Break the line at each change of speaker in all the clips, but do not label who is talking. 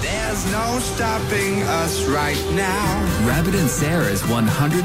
There's no stopping us right now.
Rabbit and Sarah's $104,000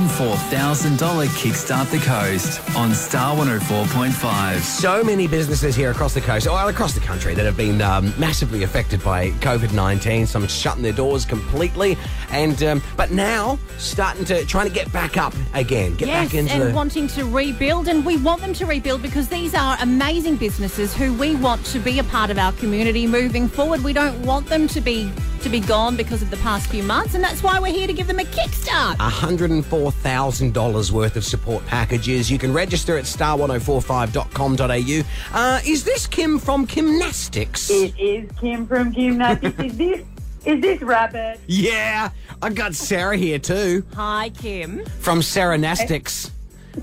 Kickstart the Coast on Star 104.5.
So many businesses here across the coast, or across the country, that have been um, massively affected by COVID nineteen. Some shutting their doors completely, and um, but now starting to trying to get back up again, get
yes,
back into
and
the,
wanting to rebuild, and we want them to rebuild because these are amazing businesses who we want to be a part of our community moving forward. We don't want them to be to be gone because of the past few months, and that's why we're here to give them a kickstart.
$104,000 worth of support packages. You can register at star1045.com.au. Uh, is this Kim from Gymnastics?
It is Kim from Gymnastics. is this is this rabbit?
Yeah, I got Sarah here too
Hi, Kim.
from Saranastics.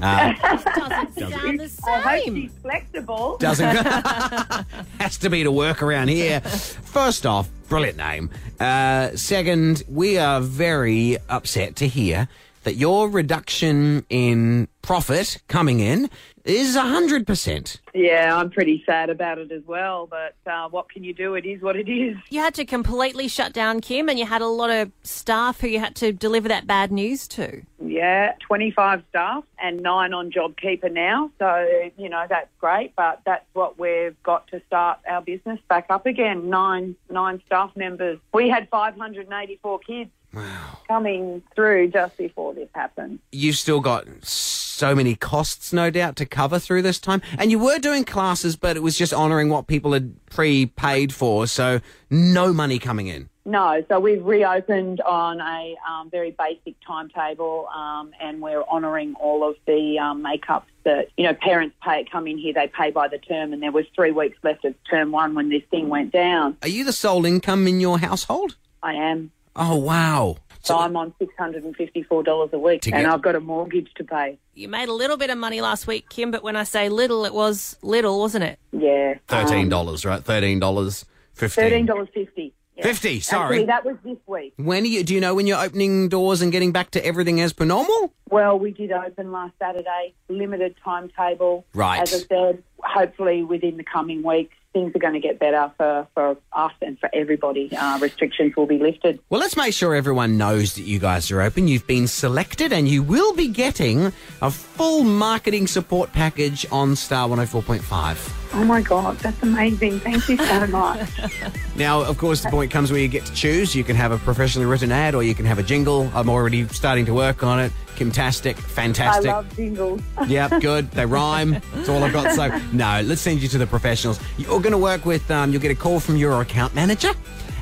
Doesn't sound the
I hope
same.
she's flexible.
Doesn't has to be to work around here. First off, brilliant name. Uh, second, we are very upset to hear that your reduction in profit coming in is hundred percent.
Yeah, I'm pretty sad about it as well. But uh, what can you do? It is what it is.
You had to completely shut down Kim, and you had a lot of staff who you had to deliver that bad news to.
Yeah, 25 staff and nine on JobKeeper now. So you know that's great, but that's what we've got to start our business back up again. Nine nine staff members. We had 584 kids. Coming through just before this happened.
You've still got so many costs, no doubt, to cover through this time. And you were doing classes, but it was just honouring what people had pre-paid for, so no money coming in.
No, so we've reopened on a um, very basic timetable, um, and we're honouring all of the um, makeups that you know parents pay come in here. They pay by the term, and there was three weeks left of term one when this thing went down.
Are you the sole income in your household?
I am
Oh wow!
so I'm on six hundred and fifty four dollars a week,
To
and
get-
I've got a mortgage to pay.
You made a little bit of money last week, Kim, but when I say little, it was little, wasn't it?
Yeah,
Thirteen
um,
dollars, right? Thirteen dollars fifteen.
thirteen dollars fifty. Yeah.
50, sorry.
Actually, that was this week.
When are you? Do you know when you're opening doors and getting back to everything as per normal?
Well, we did open last Saturday, limited timetable.
Right.
As I said, hopefully within the coming weeks, things are going to get better for, for us and for everybody. Uh, restrictions will be lifted.
Well, let's make sure everyone knows that you guys are open. You've been selected, and you will be getting a full marketing support package on Star One Hundred Four Point Five.
Oh my God, that's amazing. Thank you so much.
Now, of course, the point comes where you get to choose. You can have a professionally written ad, or you can have a jingle. I'm already starting to work on it. Kimtastic,
I
fantastic.
love jingles.
Yep, good. They rhyme. That's all I've got. So, no, let's send you to the professionals. You're going to work with, um, you'll get a call from your account manager.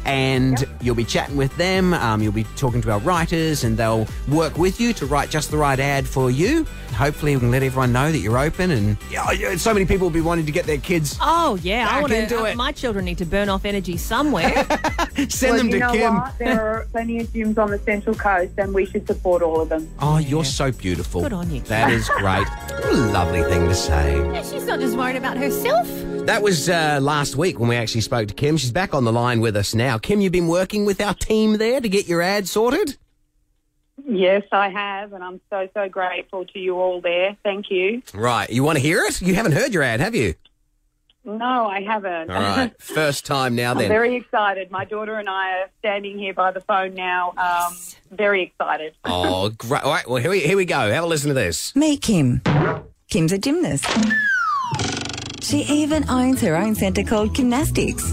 And you'll be chatting with them. Um, you'll be talking to our writers, and they'll work with you to write just the right ad for you. Hopefully, we can let everyone know that you're open. And yeah, yeah, so many people will be wanting to get their kids.
Oh yeah,
Back
I want
into
to.
it.
My children need to burn off energy somewhere.
Send
Well,
them
you
to
know
Kim.
what? There are plenty of gyms on the Central Coast, and we should support all of them.
Oh, you're so beautiful.
Good on you, Kim.
That is great. What a lovely thing to say.
Yeah, She's not just worried about herself.
That was uh, last week when we actually spoke to Kim. She's back on the line with us now. Kim, you've been working with our team there to get your ad sorted.
Yes, I have, and I'm so, so grateful to you all there. Thank you.
Right. You want to hear it? You haven't heard your ad, have you?
No, I haven't.
All right. First time now
I'm
then.
very excited. My daughter and I are standing here by the phone now. Um, very excited.
Oh, great. All right. Well, here we, here we go. Have a listen to this.
Meet Kim. Kim's a gymnast. She even owns her own centre called Gymnastics.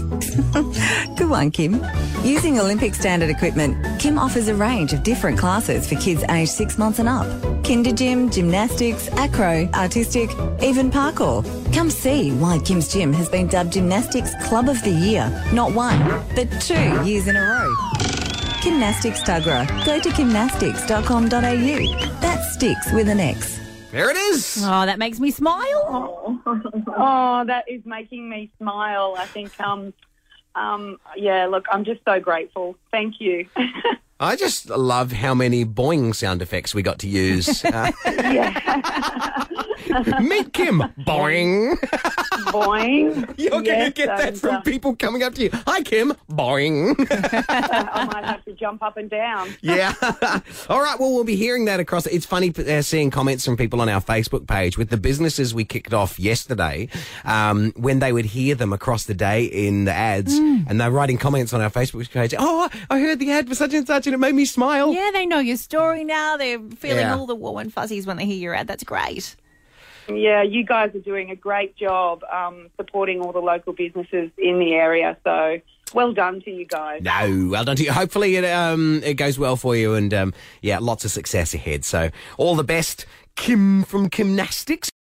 Good one, Kim. Using Olympic standard equipment, Kim offers a range of different classes for kids aged six months and up. Kinder gym, gymnastics, acro, artistic, even parkour. Come see why Kim's gym has been dubbed Gymnastics Club of the Year, not one, but two years in a row. Gymnastics Tugra. Go to gymnastics.com.au. That sticks with an X.
There it is.
Oh, that makes me smile.
Oh, that is making me smile. I think, um, um, yeah, look, I'm just so grateful. Thank you.
I just love how many boing sound effects we got to use. Uh, Meet Kim. Boing.
boing.
You're going
Yes,
to get that
and,
from
uh,
people coming up to you. Hi, Kim. Boing.
I might have to jump up and down.
yeah. All right. Well, we'll be hearing that across. It's funny uh, seeing comments from people on our Facebook page with the businesses we kicked off yesterday um, when they would hear them across the day in the ads
Mm.
and they're writing comments on our Facebook page. Oh, I heard the ad for such and such and it made me smile.
Yeah, they know your story now. They're feeling
Yeah.
all the warm and fuzzies when they hear your ad. That's great.
Yeah, you guys are doing a great job um, supporting all the local businesses in the area. So well done to you guys.
No, well done to you. Hopefully it um it goes well for you and um yeah, lots of success ahead. So all the best, Kim from Gymnastics.